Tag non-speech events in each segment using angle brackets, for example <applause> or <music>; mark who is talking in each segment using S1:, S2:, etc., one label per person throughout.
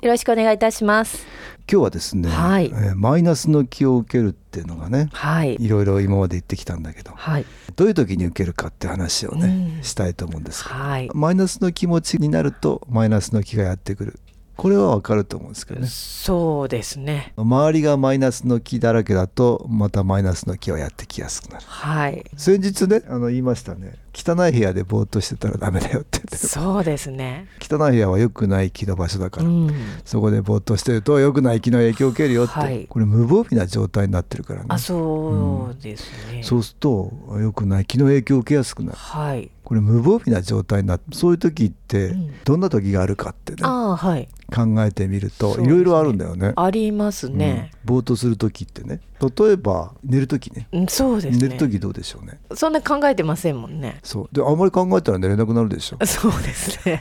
S1: よろしくお願いいたします。
S2: 今日はですね、
S1: はい
S2: えーマイナスの気を受けるっていうのがね
S1: はい。
S2: いろいろ今まで言ってきたんだけど
S1: はい。
S2: どういう時に受けるかって話をね、
S1: うん
S2: したいと思うんですけど
S1: はい。
S2: マイナスの気持ちになるとマイナスの気がやってくるこれはわかると思うんですけどね
S1: そうですね。
S2: 周りがマイナスの気だらけだとまたマイナスの気はやってきやすくなる
S1: はい。
S2: 先日ねあの言いましたね汚い部屋でぼーっとしてたらダメだよって言って
S1: そうですね。
S2: 汚い部屋は良くない気の場所だか
S1: う
S2: ら、
S1: ん。
S2: そこでぼーっとしてると良くない気の影響を受けるよって、
S1: はい
S2: これ無防備な状態になってるからね
S1: あ、そうですね。
S2: そうすると良くない気の影響を受けやすくなる
S1: はい。
S2: これ無防備な状態になってそういう時って
S1: うん
S2: どんな時があるかってね、
S1: あー、はい。
S2: 考えてみる
S1: そう
S2: とい
S1: ですね
S2: ろいろあるんだよね。
S1: ありますね。
S2: うんぼーっとする時ってね例えば寝る時ね
S1: うん、そうです
S2: 寝
S1: ね。
S2: る時どうでしょうね。
S1: そんな考えてませんも
S2: <laughs>
S1: んね。
S2: そうであんまり考えたら寝れなくなるでしょ。
S1: そうですね。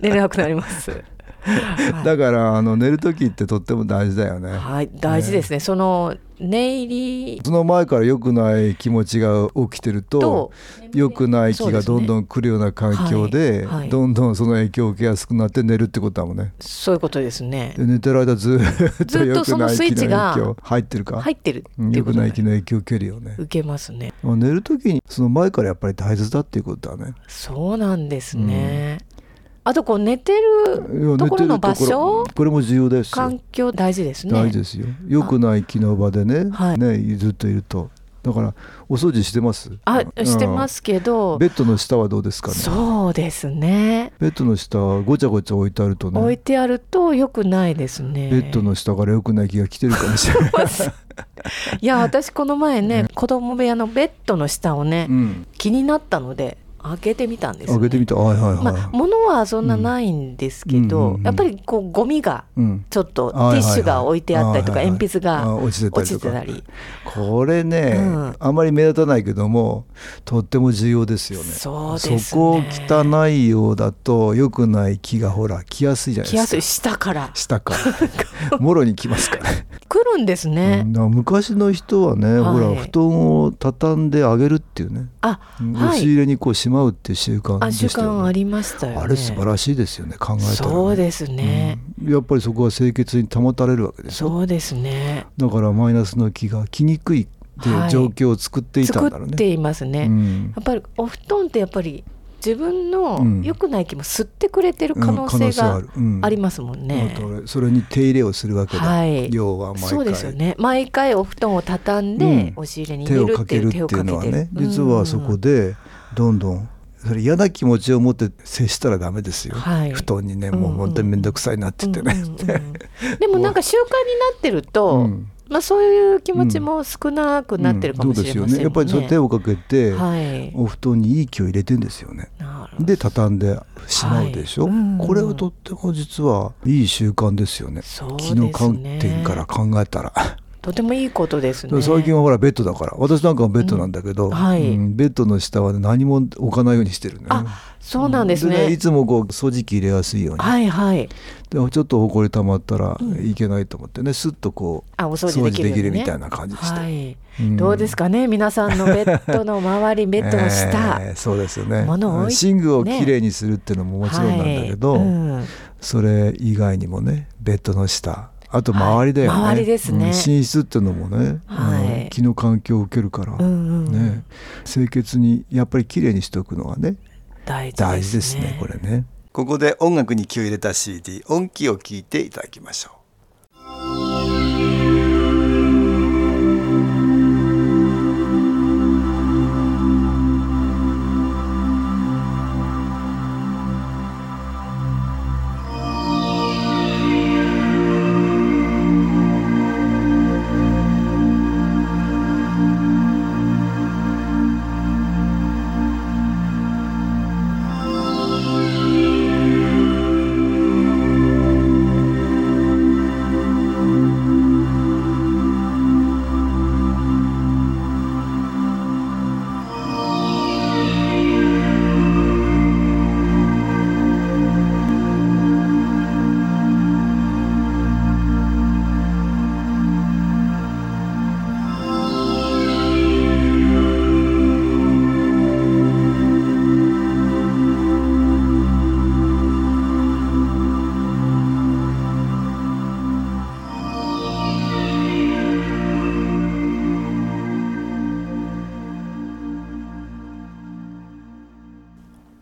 S1: 寝れなくなり
S2: <laughs>
S1: ます。は
S2: だからあの寝る時ってとっても大事だよね。
S1: い。はい、大事ですね。その寝入り。
S2: その前から良くない気持ちが起きてると
S1: と
S2: 良くない気がどんどん来るような環境で
S1: はいはい
S2: どんどんその影響を受けやすくなって寝るってことだもんね。
S1: そういうことですね。
S2: で寝てる間ずーっ
S1: ず
S2: と
S1: っ
S2: 良
S1: と
S2: く
S1: そ
S2: な
S1: の
S2: い
S1: スイッ
S2: 気
S1: チ
S2: の
S1: が
S2: 影響入ってるか
S1: 入ってる
S2: う
S1: っ
S2: ん
S1: てい
S2: 良
S1: うこ
S2: く
S1: と
S2: な
S1: なん
S2: い
S1: で
S2: 気の影響を受けるよね。
S1: 受けますね。
S2: まあ寝る時にその前からやっぱり大切だっていうことだね。
S1: そうなんですね。あとこう寝て
S2: いや寝て
S1: るところの場
S2: るとこ
S1: 所
S2: ろ、これも重要ですよ
S1: 環。境大事ですね。
S2: 大事ですよ。良くない機能場でね、
S1: はい
S2: ねずっといると。だからお掃除してます？
S1: あ
S2: うん
S1: してますけど、
S2: ベッドの下はどうですかね。
S1: そうですね。
S2: ベッドの下はごちゃごちゃ置いてあると
S1: 置い
S2: ね、
S1: てあると良くないですね。
S2: ベッドの下から良くない気が来てるかもし
S1: <laughs>
S2: れない。
S1: いや私この前ね、子供部屋のベッドの下をね、
S2: うん。
S1: 気になったので開けてみたんですよ
S2: 開
S1: ね、
S2: けてみた。はいはいはい。
S1: まあ物はそんなないんですけ
S2: うんうん
S1: ど、
S2: うんうん
S1: やっぱりこうゴミが
S2: うん。
S1: ちょっとテ
S2: はいはいは
S1: ィ
S2: い
S1: ッシュが置いてあったりとか、
S2: はいはいはい
S1: 鉛筆
S2: あ
S1: が
S2: 落ちてた
S1: 落
S2: り
S1: ち
S2: と
S1: て
S2: か
S1: たり。
S2: これね、
S1: うん
S2: あまり目立たないけどもとっても重要ですよね
S1: そうですね
S2: そこを汚いようだと良くない気がほら来やすいじゃない
S1: 気
S2: で
S1: や
S2: す
S1: す
S2: か
S1: い下から
S2: 下からもろに来ますからね
S1: 来るんですね、
S2: うんだから昔の人はね、
S1: はい
S2: ほら布団を畳んであげるっていうね、
S1: あ
S2: うん
S1: は
S2: 押し
S1: い
S2: 入れにこうしまうっていう習慣
S1: あ
S2: で
S1: 習
S2: したよ
S1: 慣あ
S2: ね
S1: りましたよね
S2: あれ素晴らしいですよね考えたらね、
S1: そうですね、
S2: うんやっぱりそこは清潔に保たれるわけでしょ
S1: そうですね
S2: だからマイナスの気が来にくいっていう状況を作っていたん
S1: 作
S2: だろう
S1: っ
S2: ね、
S1: ていますね、
S2: うん
S1: やっぱりお布団ってやっぱり自分
S2: うん
S1: の良くない気も吸ってくれてる可能性がありますもんね、
S2: うんあとそれに手入れをするわけだ、
S1: はい
S2: 要は毎回
S1: そうですよね毎回お布団を畳んで、
S2: うん
S1: 押し入れに入
S2: 手
S1: れ
S2: を
S1: る
S2: か
S1: っ
S2: け
S1: てい
S2: る
S1: う
S2: ってい
S1: 手をか
S2: う
S1: けて
S2: のはね実はそこ
S1: で
S2: でどんどんそれ嫌な気持ちを持って接したらダメですよ、
S1: はい
S2: 布団にね
S1: うん
S2: もう本当に面倒くさいなって言ってね、 <laughs>
S1: でもなんか習慣になってると、
S2: うん
S1: まあ、そういう気持ちも少なくなってるかもしれませんもん
S2: うんそうです
S1: ね。
S2: よねやっぱりその手をかけて、
S1: はい、
S2: お布団にいい気を入れてんですよね
S1: なるほど
S2: で畳んでしまうでしょ、
S1: はいうん
S2: これはとっても実はいい習慣ですよね
S1: そうです
S2: 気
S1: ね
S2: の観点から考えたら、
S1: とてもいいことですね。
S2: 最近はほらベッドだから私なんかもベッドなんだけど、
S1: うんはい
S2: んベッドの下はね何も置かないようにしてるね
S1: あそうなんですね。
S2: いつもこう掃除機入れやすいように、
S1: はいはい。
S2: でちょっとほこりたまったらいけないと思ってねスッとこう
S1: あお掃除できるように
S2: 掃除
S1: ね
S2: みたいな感じでした、
S1: はい、
S2: うん
S1: どうですかね皆さんのベッドの周りベッドの下、
S2: <laughs> えーそうですよね
S1: 物を置い
S2: 寝具を
S1: ね
S2: きれいにするっていうのももちろんなんだけど、
S1: はいうん
S2: それ以外にもねベッドの下あと周りだよね、
S1: はい周りですね
S2: うん寝室っていうのもね、
S1: はい
S2: うん気の環境を受けるから、
S1: うんうん
S2: ね、清潔にやっぱり綺麗にしておくのがね
S1: 大事ですね
S2: 大事ですねこれねここで音楽に気を入れた CD 音気を聞いていただきましょう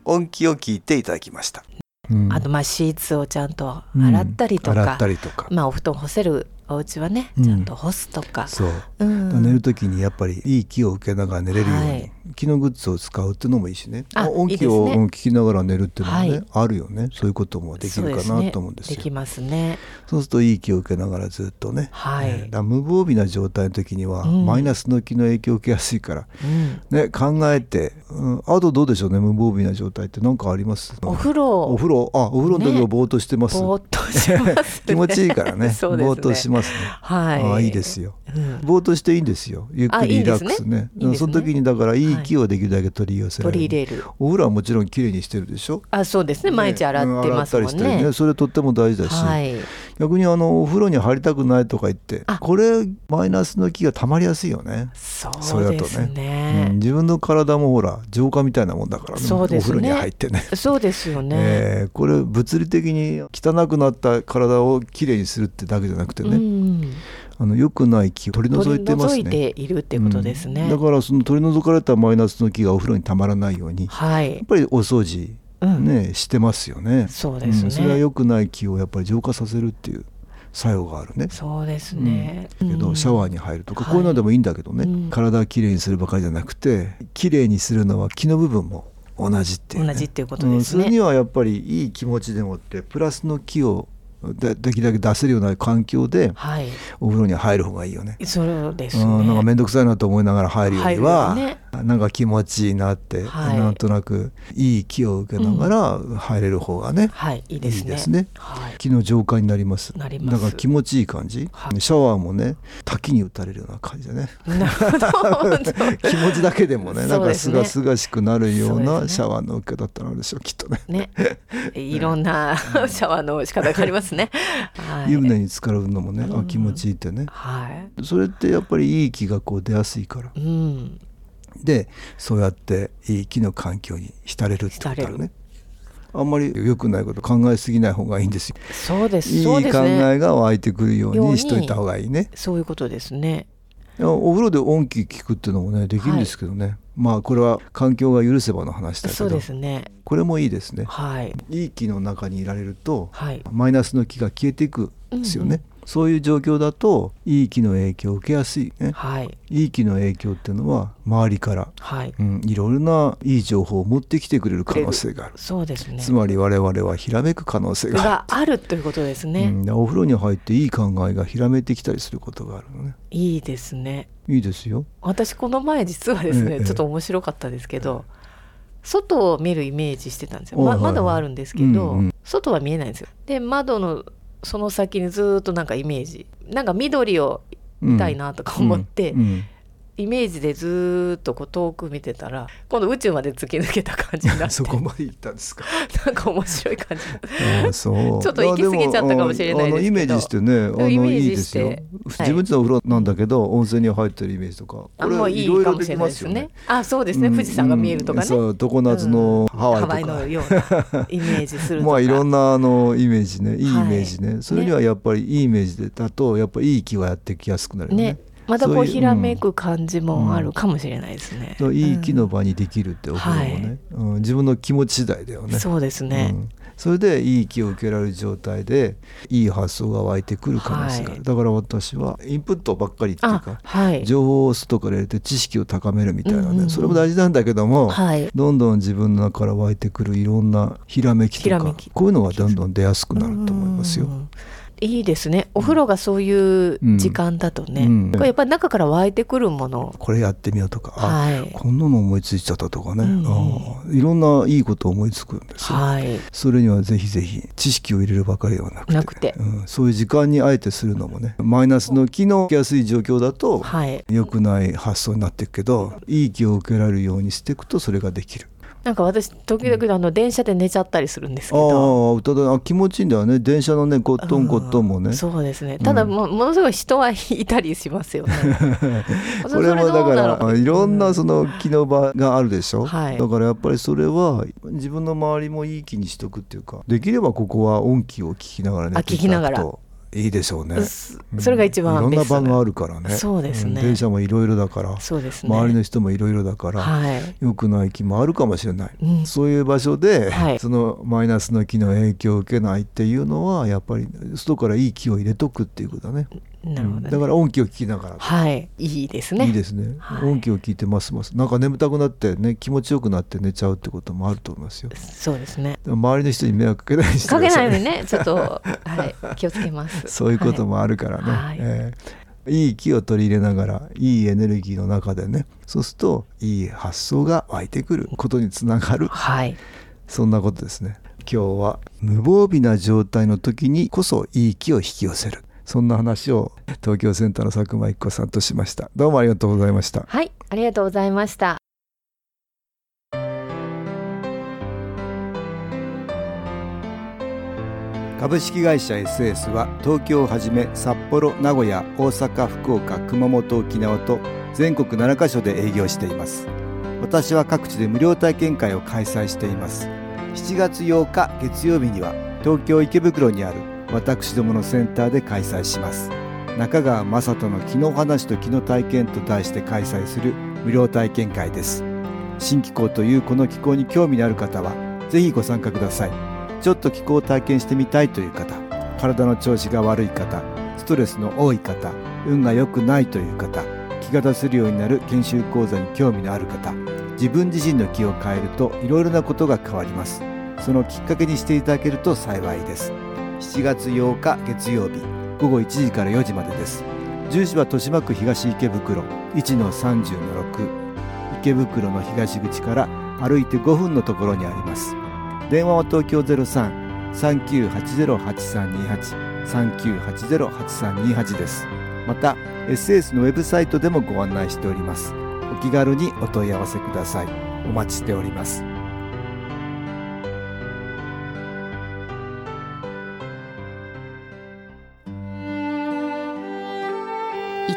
S3: 音気を聞いていただきました
S2: うん
S1: あとまあシーツをちゃんと洗ったりと
S2: 洗
S1: か
S2: った、りとか、
S1: まあお布団干せるお家はね、
S2: うん
S1: ちゃんと干すとか、
S2: そう、
S1: うん
S2: 寝る時にやっぱりいい気を受けながら寝れるように、
S1: はい
S2: 気のグッズを使うっていうのもいいしね
S1: あ
S2: 音
S1: いい
S2: 気
S1: ですね
S2: をうん聞きながら寝るっていうのもね、
S1: はい
S2: あるよねそういうこともできるか
S1: そうす
S2: な
S1: ね
S2: と思うんですよ
S1: できますね。
S2: そうするといい気を受けながらずっとね、
S1: はい
S2: えーだから無防備な状態の時には、
S1: うん
S2: マイナスの気の影響を受けやすいから、
S1: うん
S2: ね、考えて、うん、あとどうでしょうね無防備な状態って何かあります
S1: お風呂
S2: お風呂あお風呂の時
S1: ね
S2: はぼーっとしてます、
S1: ぼーっとします、ね
S2: <laughs> 、気持ちいいからね
S1: <laughs> そうですね
S2: ぼーっとしますね、
S1: はい
S2: ああいいですよ
S1: うん
S2: ぼーっとしていいんですよゆっく
S1: あいい
S2: り
S1: ん
S2: リ
S1: で
S2: ラ
S1: す
S2: ッ
S1: ね
S2: クスね
S1: いいですね
S2: その時にだからいい気をできるだけ取り寄せられ
S1: 取
S2: る、
S1: り入れる。
S2: お風呂はもちろんきれいにしてるでしょ
S1: あ、そうですね。毎日洗ってますもん
S2: うん洗ったりして
S1: ね。
S2: それとっても大事だし、
S1: はい。
S2: 逆にあのお風呂に入りたくないとか言って
S1: あ
S2: これマイナスの気が溜まりやすいよね、そ
S1: そう
S2: れだ
S1: で
S2: と
S1: す
S2: うん
S1: ね。
S2: 自分の体もほら浄化みたいなもんだからね
S1: そうですね
S2: お風呂に入ってね
S1: そうですよね。
S2: えーこれ物理的に汚くなった体をきれいにするってだけじゃなくて
S1: う
S2: ね、
S1: ん。
S2: あの良くない気を取り除
S1: 取り
S2: いてます
S1: 除
S2: ね
S1: いているってことです
S2: うん
S1: ね。
S2: だからその取り除かれたマイナスの気がお風呂にたまらないようにや
S1: はい
S2: っ。ぱりお掃除
S1: うん。
S2: ね、してますよね
S1: そうですね
S2: んそれは良くない気をやっぱり浄化させるっていう作用があるね
S1: そうですね。
S2: だけどシャワー
S1: に。
S2: に入るとか、
S1: はい
S2: こういうのでもいいんだけどね、
S1: うん
S2: 体をきれいにするばかりじゃなくてきれいにするのは気の部分も同じっていう、ね、
S1: 同じっていうことですね
S2: んそれにはやっぱりいい気持ちでもってプラスの気をでできるだけ出せるような環境で
S1: はい。
S2: お風呂に入る方がいいよね。
S1: そうですね。
S2: うん、なんか面倒くさいなと思いながら入るよりは、
S1: 入るよ
S2: なんか気持ちいいなって、
S1: はい
S2: なんとなくいい気を受けながら入れる方がね、
S1: はい。いいですね。
S2: いいですね
S1: はい。
S2: 気の浄化になります
S1: なります
S2: だから気持ちいい感じ、
S1: はい
S2: シャワーもね滝に打たれるような感じだ
S1: <laughs>
S2: ね
S1: なるほど。
S2: <laughs> 気持ちだけでもねなん
S1: そう
S2: か
S1: です
S2: す
S1: ね
S2: がすがしくなるよう
S1: そう
S2: な
S1: ですね
S2: シャワーの受けだったらあるでしょうきっとね
S1: ね。いろんなシャワーの仕方がありますね。はい。
S2: 湯船に浸かるのもね、
S1: う
S2: あ
S1: ん
S2: 気持ちいいってね
S1: は
S2: それってやっぱりいい気がこう出やすいから
S1: い。うん。
S2: でそうやっていい気の環境に浸れるってことだ
S1: 浸れ
S2: ねあんまり良くないこと考えすぎない方がいいんですよ
S1: そうです。
S2: いい
S1: そ
S2: 考
S1: うですね。
S2: えが湧いてくるよう
S1: よう
S2: に
S1: に
S2: しといた方がいいね
S1: そういうことですね。
S2: いやお風呂で音気聞くっていうのもねできるんですけどね、まあこれは環境が許せばの話だけ
S1: そう
S2: ど
S1: ですね。
S2: これもいいですね
S1: はい。
S2: いい気の中にいられると
S1: はい。
S2: マイナスの気が消えていくんですよね、そういう状況だといい気の影響を受けやすいね
S1: はい。
S2: いい気の影響っていうのは周りから、
S1: はい。
S2: うん、いろいろないい情報を持ってきてくれる可能性がある、
S1: そうですね。
S2: つまり我々はひらめく可能性がある
S1: があるということですね。
S2: うん、でお風呂に入っていい考えがひらめいてきたりすることがあるのね
S1: いいですね。
S2: いいですよ
S1: 私この前実はですね、
S2: ええ
S1: ちょっと面白かったですけど、外を見るイメージしてたんですよ、
S2: お
S1: ま
S2: はいはい
S1: 窓はあるんですけど、
S2: うんうん
S1: 外は見えないんですよで窓のその先にずーっとなんかイメージなんか緑を見たいなとか思って、
S2: うんうん
S1: イメージでずーっとこう遠く見てたら今度宇宙まで突き抜けた感じになって
S2: <laughs> そこまで行ったんですか。
S1: なんか面白い感じ
S2: うんそう
S1: ちょっと行き過ぎちゃったかもしれ
S2: あ
S1: ないですけど
S2: でもあのイメージしてね、あの
S1: イメー
S2: いい
S1: ジ
S2: で
S1: し
S2: す
S1: て
S2: よ。
S1: はい
S2: 自分ちのお風呂なんだけど、温泉に入ってるイメージとか、
S1: あ
S2: こ
S1: もう
S2: れ
S1: い
S2: い
S1: い
S2: ろい
S1: か
S2: ろ
S1: も
S2: で
S1: し
S2: き
S1: れない
S2: ま
S1: ですす
S2: よ
S1: ね
S2: ね。
S1: あそうですね、
S2: うん
S1: 富士山が見えるとかね、
S2: そう常夏のハワイと
S1: ハ
S2: か
S1: ワイのようなイメージするとか
S2: まあいろん <laughs> なあのイメージね、いいイ
S1: はい
S2: メージね。それにはやっぱりいいイメージでだとやっぱりいい気はやってきやすくなるよね
S1: ね。またこ
S2: そう
S1: う
S2: いう
S1: ひらめく感じもあるかもしれないですね。
S2: そういい気
S1: う
S2: の
S1: ん
S2: 場にできるってお風呂もね、うん自分の気持ち次第だよね。
S1: そうです
S2: う
S1: ね。
S2: んそれでいい気を受けられる状態でいい発想が湧いてくる可能性がある、
S1: はい
S2: だから私はインプットばっかりっていう
S1: あ
S2: か、
S1: はい。
S2: 情報を外から入れて知識を高めるみたいなね、
S1: うんうんうん
S2: それも大事なんだけども、
S1: はい。
S2: どんどん自分の中から湧いてくるいろんなひらめきと
S1: ひらめ
S2: か
S1: き
S2: こういうのがどんどん出やすくなると思いますよ
S1: う。ん。いいですね。お風呂がそういう時間だとね、
S2: うん
S1: これやっぱり中から湧いてくるもの。
S2: これやってみようとか、あ
S1: はい。
S2: こんなの思いついちゃったとかね、
S1: うんうん
S2: あーいろんないいこと思いつくんですよ。
S1: はい。
S2: それにはぜひぜひ知識を入れるばかりではなくて
S1: なくて
S2: うん、そういう時間にあえてするのもねマイナスの気の受けやすい状況だと
S1: はい。
S2: 良くない発想になっていくけどいい気を受けられるようにしていくとそれができる。
S1: なんか私時々あの電車で寝ちゃったりするんですけ
S2: あ
S1: ど。
S2: ーただあ気持ちいいんだよね電車のねゴットンゴットンも
S1: う
S2: ね
S1: ん。そうですね。ただ
S2: うん
S1: も,、ものすごい人はいたりしま
S4: <laughs>
S1: すよね。
S2: これもだからあいろんな
S1: そ
S2: その気の場があるでしょ、
S1: はい
S2: だからやっぱりそれは自分の周りもいい気にしとくっていうかできればここは音気を聞きながらね
S1: あ聞きながら
S2: と
S4: いいでしょうね。
S1: すそれが一番
S4: いろん
S1: ベ
S4: な
S1: スト
S4: 場
S1: な
S4: があるからね。
S1: そうですね
S4: ん電車もいろいろだから、
S1: そうですね
S4: 周りの人もいろいろだから、
S1: はい
S4: 良くない気もあるかもしれない、
S1: うん
S4: そういう場所で、
S1: はい
S4: そのマイナスの気の影響を受けないっていうのはやっぱり外からいい気を入れとくっていうことだね
S1: なるほど、ね
S4: うんだから音気を聞きながら、
S1: はいいいですね
S4: いいですね、
S1: はい
S4: 音気を聞いてますますなんか眠たくなってね気持ちよくなって寝ちゃうってこともあると思いますよ
S1: そうですね
S4: 周りの人に迷惑かけないようにして
S1: か
S4: く
S1: け
S4: ださ
S1: ない
S4: い
S1: ようにねちょっと、はい、気をつけます
S4: <laughs> そういうこと
S1: は
S4: もあるからね、
S1: はい
S4: えーいい気を取り入れながらいいエネルギーの中でねそうするといい発想が湧いてくることにつながる
S1: はい、
S4: そんなことですね。今日は無防備な状態の時にこそいい気を引き寄せる。そんな話を東京センターの佐久間一子さんとしました。どうもありがとうございました。
S1: はい、ありがとうございました
S2: 株式会社 SS は東京をはじめ札幌名古屋大阪福岡熊本沖縄と全国7カ所で営業しています私は各地で無料体験会を開催しています7月8日月曜日には東京池袋にある私どものセンターで開催します中川雅人の気の話と気の体験と題して開催する無料体験会です新機構というこの機構に興味のある方はぜひご参加くださいちょっと気候を体験してみたいという方体の調子が悪い方ストレスの多い方運が良くないという方気が出せるようになる研修講座に興味のある方自分自身の気を変えるといろいろなことが変わりますそのきっかけにしていただけると幸いです7月8日月曜日午後1時から4時までです住所は豊島区東池袋1-30-6池袋の東口から歩いて5分のところにあります電話は東京ゼロ三三九八ゼロ八三二八三九八ゼロ八三二八です。また SS のウェブサイトでもご案内しております。お気軽にお問い合わせください。お待ちしております。
S5: い